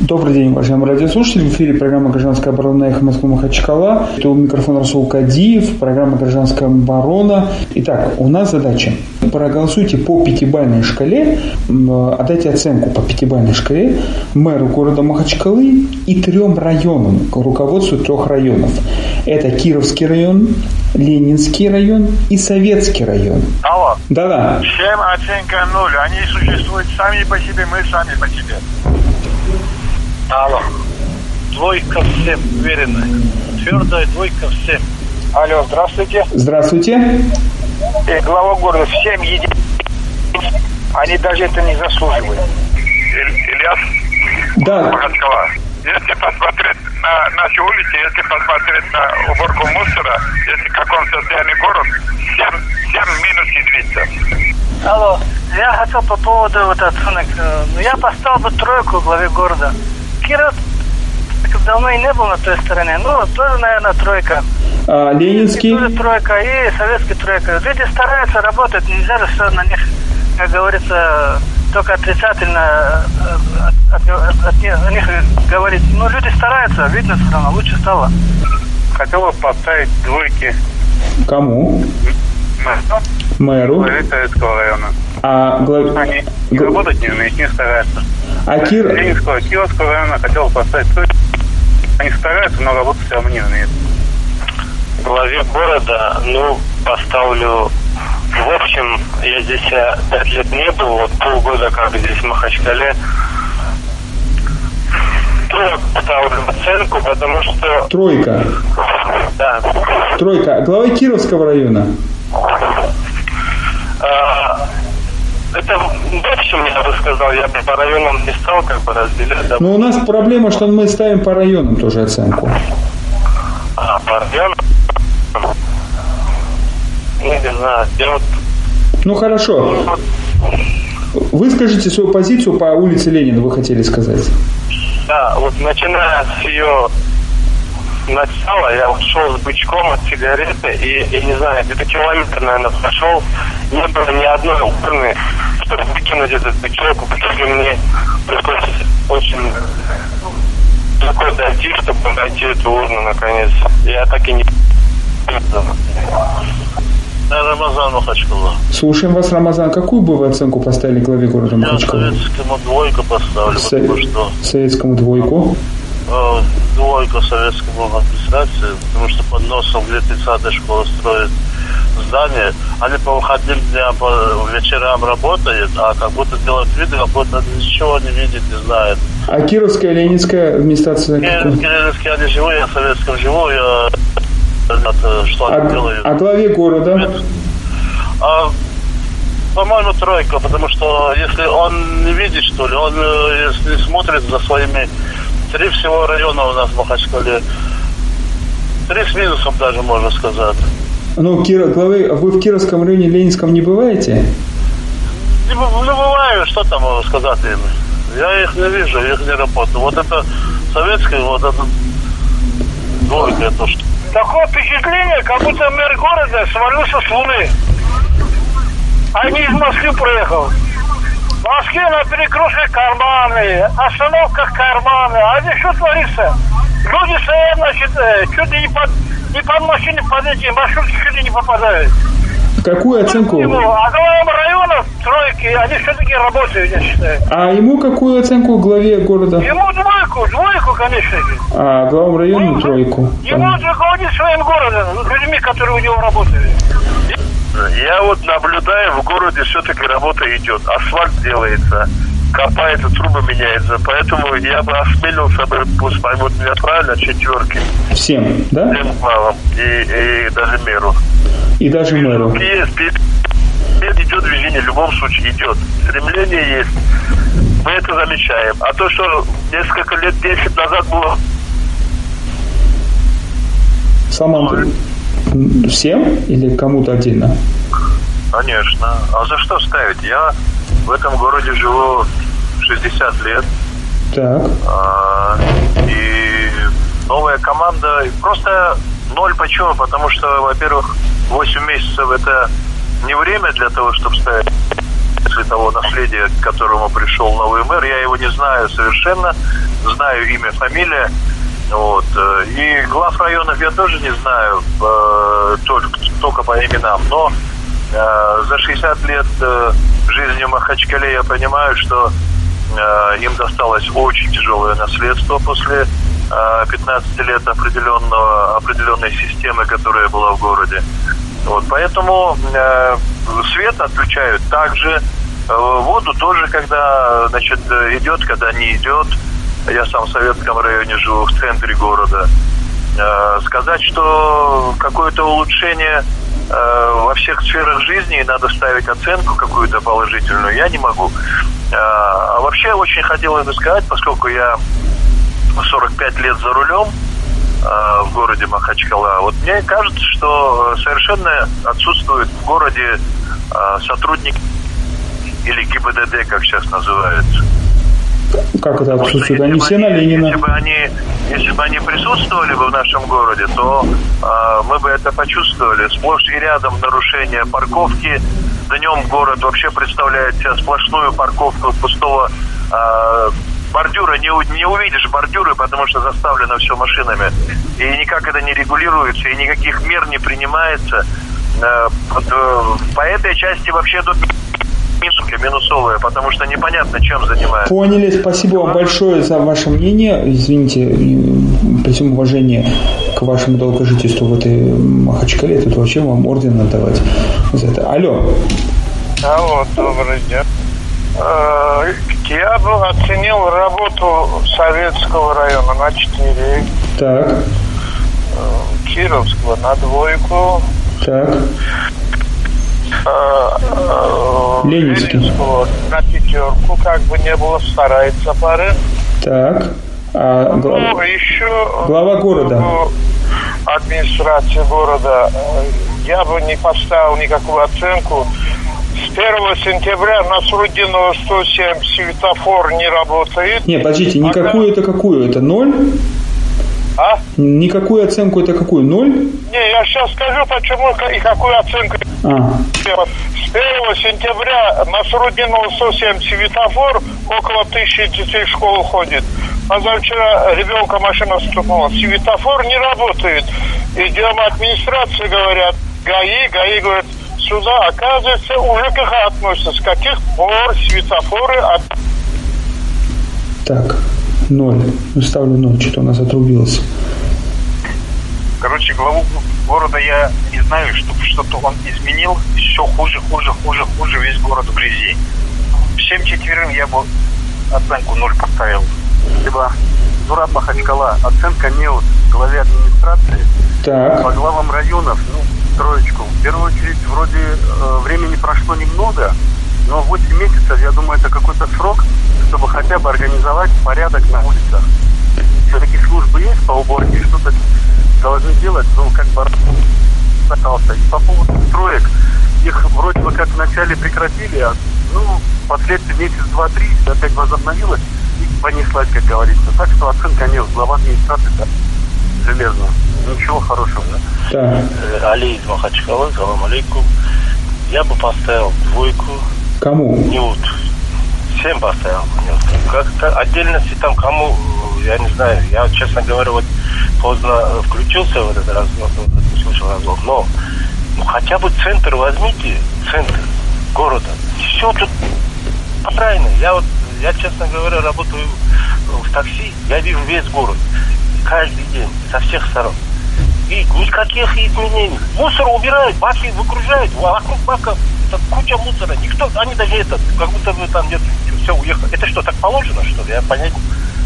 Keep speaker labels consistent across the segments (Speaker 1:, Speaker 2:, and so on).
Speaker 1: Добрый день, уважаемые радиослушатели. В эфире программа «Гражданская оборона» «Эхо Москвы Махачкала». Это у микрофона Расул Кадиев, программа «Гражданская оборона». Итак, у нас задача. Проголосуйте по пятибальной шкале, отдайте оценку по пятибальной шкале мэру города Махачкалы и трем районам, руководству трех районов. Это Кировский район, Ленинский район и Советский район.
Speaker 2: Алло.
Speaker 1: Да-да.
Speaker 2: Всем оценка ноль. Они существуют сами по себе, мы сами по себе. Алло. Двойка всем, уверенно. Твердая двойка всем. Алло, здравствуйте.
Speaker 1: Здравствуйте.
Speaker 2: Э, глава города, всем еди... Они даже это не заслуживают.
Speaker 3: Ильяс
Speaker 1: Да,
Speaker 3: Махачкала. Если посмотреть на наши улицы, если посмотреть на уборку мусора, если в каком состоянии город, всем, всем минус единица.
Speaker 4: Алло, я хотел по поводу вот оценок. э, ну, Я поставил бы тройку главе города. Киров так давно и не был на той стороне. Ну, тоже, наверное, тройка.
Speaker 1: а,
Speaker 4: И
Speaker 1: Ленинский.
Speaker 4: тоже тройка, и советский тройка. Люди стараются работать, нельзя же все на них, как говорится, только отрицательно э, от- от- от них- о них говорить. Ну, люди стараются, видно все равно, лучше стало.
Speaker 3: Хотел бы поставить двойки
Speaker 1: Кому? Мэру.
Speaker 3: Советского района.
Speaker 1: А, глав-
Speaker 3: не работать не умеют, не стараются.
Speaker 1: а Кир...
Speaker 3: Ленинского, Киевского района хотел поставить тройку. Они стараются, но работать все равно не умеют.
Speaker 2: Главе города, ну, поставлю... В общем, я здесь э, пять лет не был, вот полгода как здесь в Махачкале. Тройку поставлю оценку, потому что,
Speaker 1: Тройка.
Speaker 2: да,
Speaker 1: Тройка. Глава Кировского района.
Speaker 2: А, Это в общем, я бы сказал, я бы по районам не стал как бы разделять, да,
Speaker 1: Но Ну, у нас проблема, что мы ставим по районам тоже оценку.
Speaker 2: а по районам. Ну, не знаю, я вот
Speaker 1: Ну хорошо. Выскажите свою позицию по улице Ленина, вы хотели сказать.
Speaker 2: Да, вот начиная с ее начала, я вот шел с бычком от сигареты и, я не знаю, где-то километр, наверное, прошел. Не было ни одной урны, чтобы выкинуть этот бычок. В итоге мне пришлось очень далеко дойти, чтобы найти эту урну, наконец. Я так и не... Рамазан Махачкала.
Speaker 1: Слушаем вас, Рамазан. Какую бы вы оценку поставили главе города Махачкала?
Speaker 2: советскому двойку поставлю,
Speaker 1: Со- Советскому двойку.
Speaker 2: Э, двойка советскому администрации, потому что под носом, где 30 школа строит здание, они по выходным дням, по вечерам работают, а как будто делают вид, как будто ничего не видит, не знает.
Speaker 1: А Кировская, Ленинская администрация
Speaker 2: Я
Speaker 1: какую?
Speaker 2: Кирилловский, я не живу, я в советском живу, я э, что они
Speaker 1: А,
Speaker 2: делают.
Speaker 1: а главе города?
Speaker 2: А, по-моему, тройка, потому что если он не видит, что ли, он э, если смотрит за своими... Три всего района у нас в Махачкале. Три с минусом даже, можно сказать.
Speaker 1: Ну, Кира, главы, вы в Кировском районе Ленинском не бываете?
Speaker 2: Не б- Ну, бываю, что там э, сказать им. Я их не вижу, их не работаю. Вот это советский, вот это двойка то, что...
Speaker 4: Такое впечатление, как будто мэр города свалился с Луны. А не из Москвы проехал. В Москве на перекрестках карманы, остановках карманы. А здесь что творится? Люди стоят, значит, э, чуть ли не под, не под машины, под эти маршрутки чуть ли не попадают.
Speaker 1: Какую оценку?
Speaker 4: Ну, а главам районов тройки, они все-таки работают, я считаю.
Speaker 1: А ему какую оценку главе города?
Speaker 4: Ему двойку, двойку, конечно же.
Speaker 1: А главам района тройку.
Speaker 4: Ему он руководит своим городом, ну, людьми, которые у него работают.
Speaker 3: Я вот наблюдаю, в городе все-таки работа идет. Асфальт делается, копается, трубы меняется. Поэтому я бы осмелился бы, пусть поймут меня правильно, четверки,
Speaker 1: Всем, да?
Speaker 3: всем главам и, и даже меру.
Speaker 1: И даже мэру.
Speaker 3: Есть, есть, есть, идет движение, в любом случае идет. Стремление есть. Мы это замечаем. А то, что несколько лет, 10 назад было
Speaker 1: Сам Антон. М, Всем или кому-то отдельно?
Speaker 3: Конечно. А за что ставить? Я в этом городе живу 60 лет.
Speaker 1: Так.
Speaker 3: а, И новая команда просто ноль почему? Потому что, во-первых, 8 месяцев это не время для того, чтобы ставить после того наследия, к которому пришел новый мэр. Я его не знаю совершенно, знаю имя, фамилия. Вот. э, И глав районов я тоже не знаю, э, только, только по именам. Но э, за 60 лет э, жизни в Махачкале я понимаю, что Э, им досталось очень тяжелое наследство после 15 лет определенного, определенной системы, которая была в городе. Вот, поэтому э, свет отключают также, э, воду тоже, когда значит, идет, когда не идет. Я сам в советском районе живу, в центре города. Э, сказать, что какое-то улучшение э, во всех сферах жизни, и надо ставить оценку какую-то положительную, я не могу. Э, а вообще очень хотелось бы сказать, поскольку я 45 лет за рулем э, в городе Махачкала. Вот мне кажется, что совершенно отсутствует в городе э, сотрудник или ГИБДД, как сейчас называется.
Speaker 1: Как это отсутствует? Они все на Ленина.
Speaker 3: Если бы они, если бы они присутствовали бы в нашем городе, то э, мы бы это почувствовали. Сплошь и рядом нарушение парковки. Днем город вообще представляет себя сплошную парковку пустого э, бордюра не, не увидишь бордюры, потому что заставлено все машинами. И никак это не регулируется, и никаких мер не принимается. Э, По этой части вообще тут минуска минусовая, потому что непонятно, чем занимается.
Speaker 1: Поняли, спасибо вам большое за ваше мнение. Извините, при всем уважении к вашему долгожительству в этой Махачкале, тут вообще вам орден отдавать за это. Алло.
Speaker 4: Алло, добрый день. Э, Я бы оценил работу Советского района на 4.
Speaker 1: Так.
Speaker 4: Кировского на двойку.
Speaker 1: Так.
Speaker 4: Ленинский. э, Ленинского на пятерку, как бы не было, старается пары.
Speaker 1: Так. А,
Speaker 4: глав... Ну, еще...
Speaker 1: Глава города.
Speaker 4: Администрация города. э, Я бы не поставил никакую оценку. С 1 сентября на Сурудинова 107 светофор не работает.
Speaker 1: Не, подождите, никакую а это какую? Это ноль?
Speaker 4: А?
Speaker 1: Никакую оценку это какую? Ноль?
Speaker 4: Не, я сейчас скажу, почему и какую оценку.
Speaker 1: А.
Speaker 4: С 1 сентября на Сурудинова 107 светофор около тысячи детей в школу ходит. Позавчера ребенка машина стукнула. Светофор не работает. Идем администрации, говорят, ГАИ, ГАИ говорят, сюда, оказывается, уже ЖКХ относится. С каких пор светофоры от...
Speaker 1: Так, ноль. Ну, ставлю ноль, что-то у нас отрубилось.
Speaker 3: Короче, главу города я не знаю, что что-то он изменил. Все хуже, хуже, хуже, хуже. Весь город в грязи. Всем четверым я бы оценку ноль поставил. Либо Зураб Махачкала, оценка неуд главе администрации,
Speaker 1: так.
Speaker 3: по главам районов, ну, троечку. В первую очередь, вроде э, времени прошло немного, но 8 месяцев, я думаю, это какой-то срок, чтобы хотя бы организовать порядок на улицах. Все-таки службы есть по уборке, что-то должны делать, но как бы остался. И по поводу строек, их вроде бы как вначале прекратили, а ну, последний месяц, два, три, опять возобновилось и понеслась, как говорится. Так что оценка нет, глава администрации да, железно. Ничего хорошего, да?
Speaker 1: Да.
Speaker 5: Али из Махачкалы, салам алейкум. Я бы поставил двойку.
Speaker 1: Кому?
Speaker 5: Нют. Всем поставил. Как-то отдельности там кому, я не знаю. Я, честно говоря, вот поздно включился в этот раз, услышал разговор. Но ну, хотя бы центр возьмите, центр города. Все тут правильно. Я вот, я, честно говоря, работаю в такси, я вижу весь город. Каждый день, со всех сторон и никаких изменений. Мусор убирают, баки выгружают, вокруг бака это куча мусора. Никто, они даже это, как будто бы там нет, все уехали. Это что, так положено, что ли? Я понять.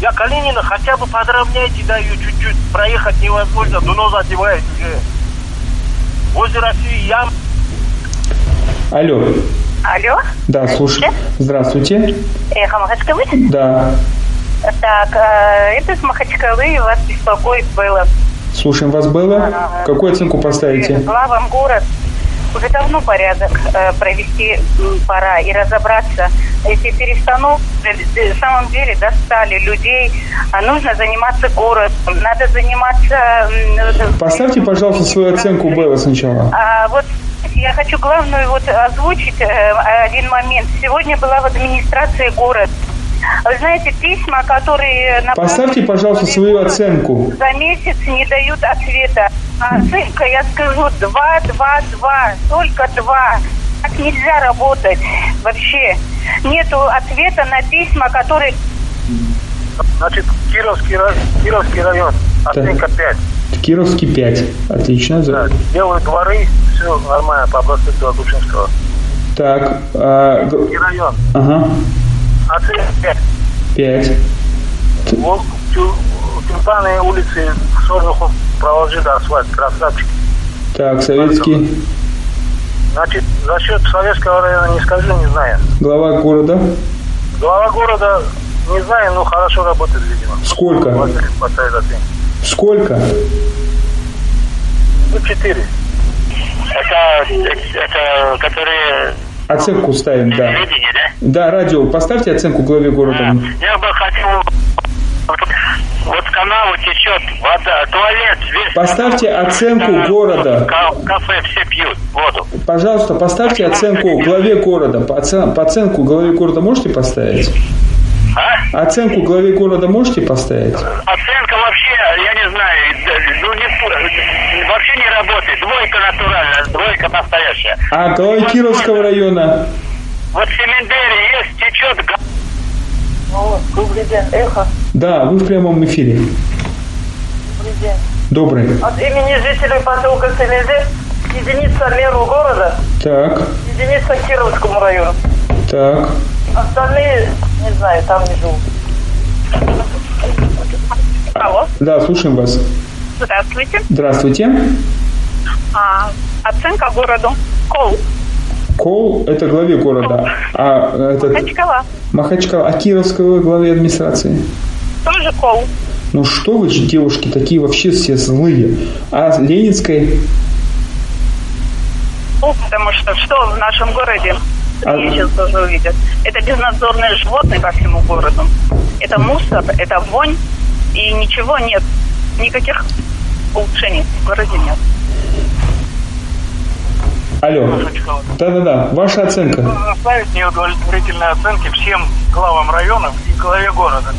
Speaker 5: Я Калинина хотя бы подровняйте, да, ее чуть-чуть. Проехать невозможно, дуно задевает уже. Возле России ям.
Speaker 1: Алло.
Speaker 6: Алло.
Speaker 1: Да, слушай.
Speaker 6: Здравствуйте. Эхо Махачкалы?
Speaker 1: Да.
Speaker 6: Так, это из Махачкалы вас беспокоит было.
Speaker 1: Слушаем вас, Белла. Какую оценку поставите?
Speaker 6: Главам город Э, уже давно порядок э, провести пора и разобраться. А Эти перестановки на э, самом деле достали людей. а Нужно заниматься городом, надо заниматься... э,
Speaker 1: Поставьте, пожалуйста, свою оценку Белла сначала.
Speaker 6: А, вот знаете, я хочу главную вот озвучить э, один момент. Сегодня была в администрации города. Вы знаете, письма, которые... направлены
Speaker 1: Поставьте, пожалуйста,
Speaker 6: в
Speaker 1: свою
Speaker 6: город,
Speaker 1: оценку.
Speaker 6: За месяц не дают ответа. А Оценка, я скажу, два, два, два, только два. Так нельзя работать вообще. Нету ответа на письма, которые
Speaker 3: Значит, Кировский, ра- Кировский район, оценка 5.
Speaker 1: Кировский 5. Отлично. за-
Speaker 3: Да, Белые дворы, все нормально по проспекту Агушинского.
Speaker 1: Так. а, г-
Speaker 3: И район,
Speaker 1: ага.
Speaker 3: оценка 5.
Speaker 1: 5.
Speaker 3: Вот тю- тюльпаны улицы Сорнухов проложили асфальт, красавчики.
Speaker 1: Так, советский
Speaker 3: Значит, за счет Советского района не скажу, не знаю.
Speaker 1: глава города.
Speaker 3: Глава города, не знаю, но хорошо работает, видимо.
Speaker 1: Сколько?
Speaker 3: Василий поставит оценку.
Speaker 1: Сколько?
Speaker 3: Ну, 4.
Speaker 2: Это, это которые
Speaker 1: Оценку ставим, да.
Speaker 2: телевидение, да?
Speaker 1: Да, радио. Поставьте оценку главе города.
Speaker 2: Я бы хотел... Вот канал течет, вода, туалет, весь...
Speaker 1: Поставьте оценку города.
Speaker 2: Ка- Кафе все пьют воду.
Speaker 1: Пожалуйста, поставьте оценку главе города. По, оце- по оценку главе города можете поставить?
Speaker 2: А?
Speaker 1: Оценку главе города можете поставить?
Speaker 2: Оценка вообще, я не знаю, д- ну, не- вообще не работает. Двойка натуральная, двойка настоящая.
Speaker 1: А главе Кировского района?
Speaker 2: Вот в Семендере есть, течет... га-
Speaker 1: Да, вы в прямом эфире. Добрый.
Speaker 7: От имени жителей поселка Селезец, единица меру города,
Speaker 1: Так,
Speaker 7: единица Кировскому району.
Speaker 1: так.
Speaker 7: Остальные, не знаю, там не живут.
Speaker 6: Алло,
Speaker 1: Да, слушаем вас.
Speaker 6: здравствуйте.
Speaker 1: Здравствуйте.
Speaker 6: А, оценка городу. Кол.
Speaker 1: Кол – это главе города. А этот
Speaker 6: Качкала.
Speaker 1: Махачкала, а Кировского главе администрации?
Speaker 6: Тоже кол.
Speaker 1: Ну что вы же, девушки, такие вообще все злые. А Ленинской?
Speaker 6: Ну, потому что что в нашем городе?
Speaker 1: А-
Speaker 6: Я сейчас тоже увидят. Это безнадзорные животные по всему городу. Это мусор, это вонь, и ничего нет. Никаких улучшений в городе нет.
Speaker 1: Алло. Да-да-да, ваша оценка.
Speaker 4: Нужно ставить неудовлетворительные оценки всем главам районов и главе города.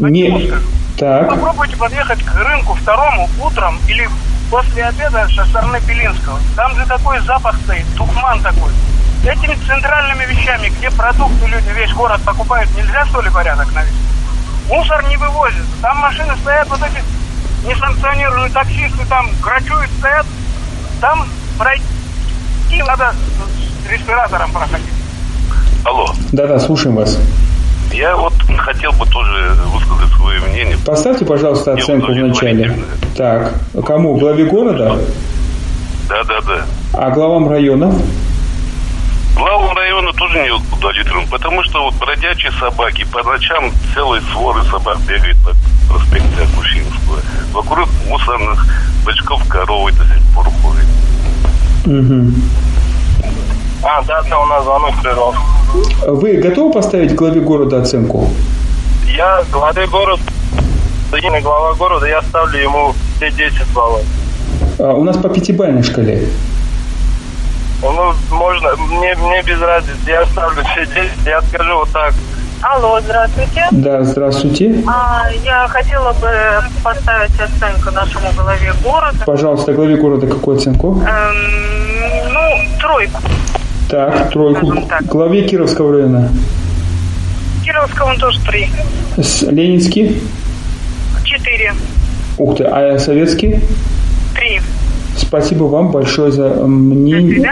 Speaker 1: Не... Так,
Speaker 4: Попробуйте подъехать к рынку второму утром или после обеда со стороны Белинского. Там же такой запах стоит, духман такой. Этими центральными вещами, где продукты люди весь город покупают, нельзя что ли порядок навести? Мусор не вывозят. Там машины стоят вот эти несанкционированные таксисты, там грачуют, стоят. Там пройти надо с респиратором проходить.
Speaker 3: Алло,
Speaker 1: да-да, слушаем вас.
Speaker 3: я вот хотел бы тоже высказать свое мнение.
Speaker 1: Поставьте, пожалуйста, оценку в начале. Так, кому? Главе города?
Speaker 3: Да, да, да.
Speaker 1: А главам районов?
Speaker 3: Главу района тоже не удовлетворен, потому что вот бродячие собаки, по ночам целые своры собак бегают по проспекте Акушинского. Вокруг мусорных бачков коровы до сих пор ходят.
Speaker 1: Мгм.
Speaker 3: А, да, да, у нас звонок прервался.
Speaker 1: Вы готовы поставить главе города оценку?
Speaker 3: Я главе город, единый глава города, я ставлю ему все 10 баллов.
Speaker 1: А, у нас по пятибалльной шкале.
Speaker 3: Ну, можно, мне, мне без разницы, я ставлю все 10, я скажу вот так.
Speaker 7: Алло, здравствуйте.
Speaker 1: Да, здравствуйте.
Speaker 7: А, я хотела бы поставить оценку нашему главе города.
Speaker 1: Пожалуйста, главе города какую оценку?
Speaker 7: Эм, ну, тройку.
Speaker 1: Так, тройку.
Speaker 7: Скажем так.
Speaker 1: Главе Кировского района.
Speaker 7: Кировскому тоже три.
Speaker 1: С- Ленинский.
Speaker 7: Четыре.
Speaker 1: Ух ты, а советский?
Speaker 7: Три.
Speaker 1: Спасибо вам большое за мнение.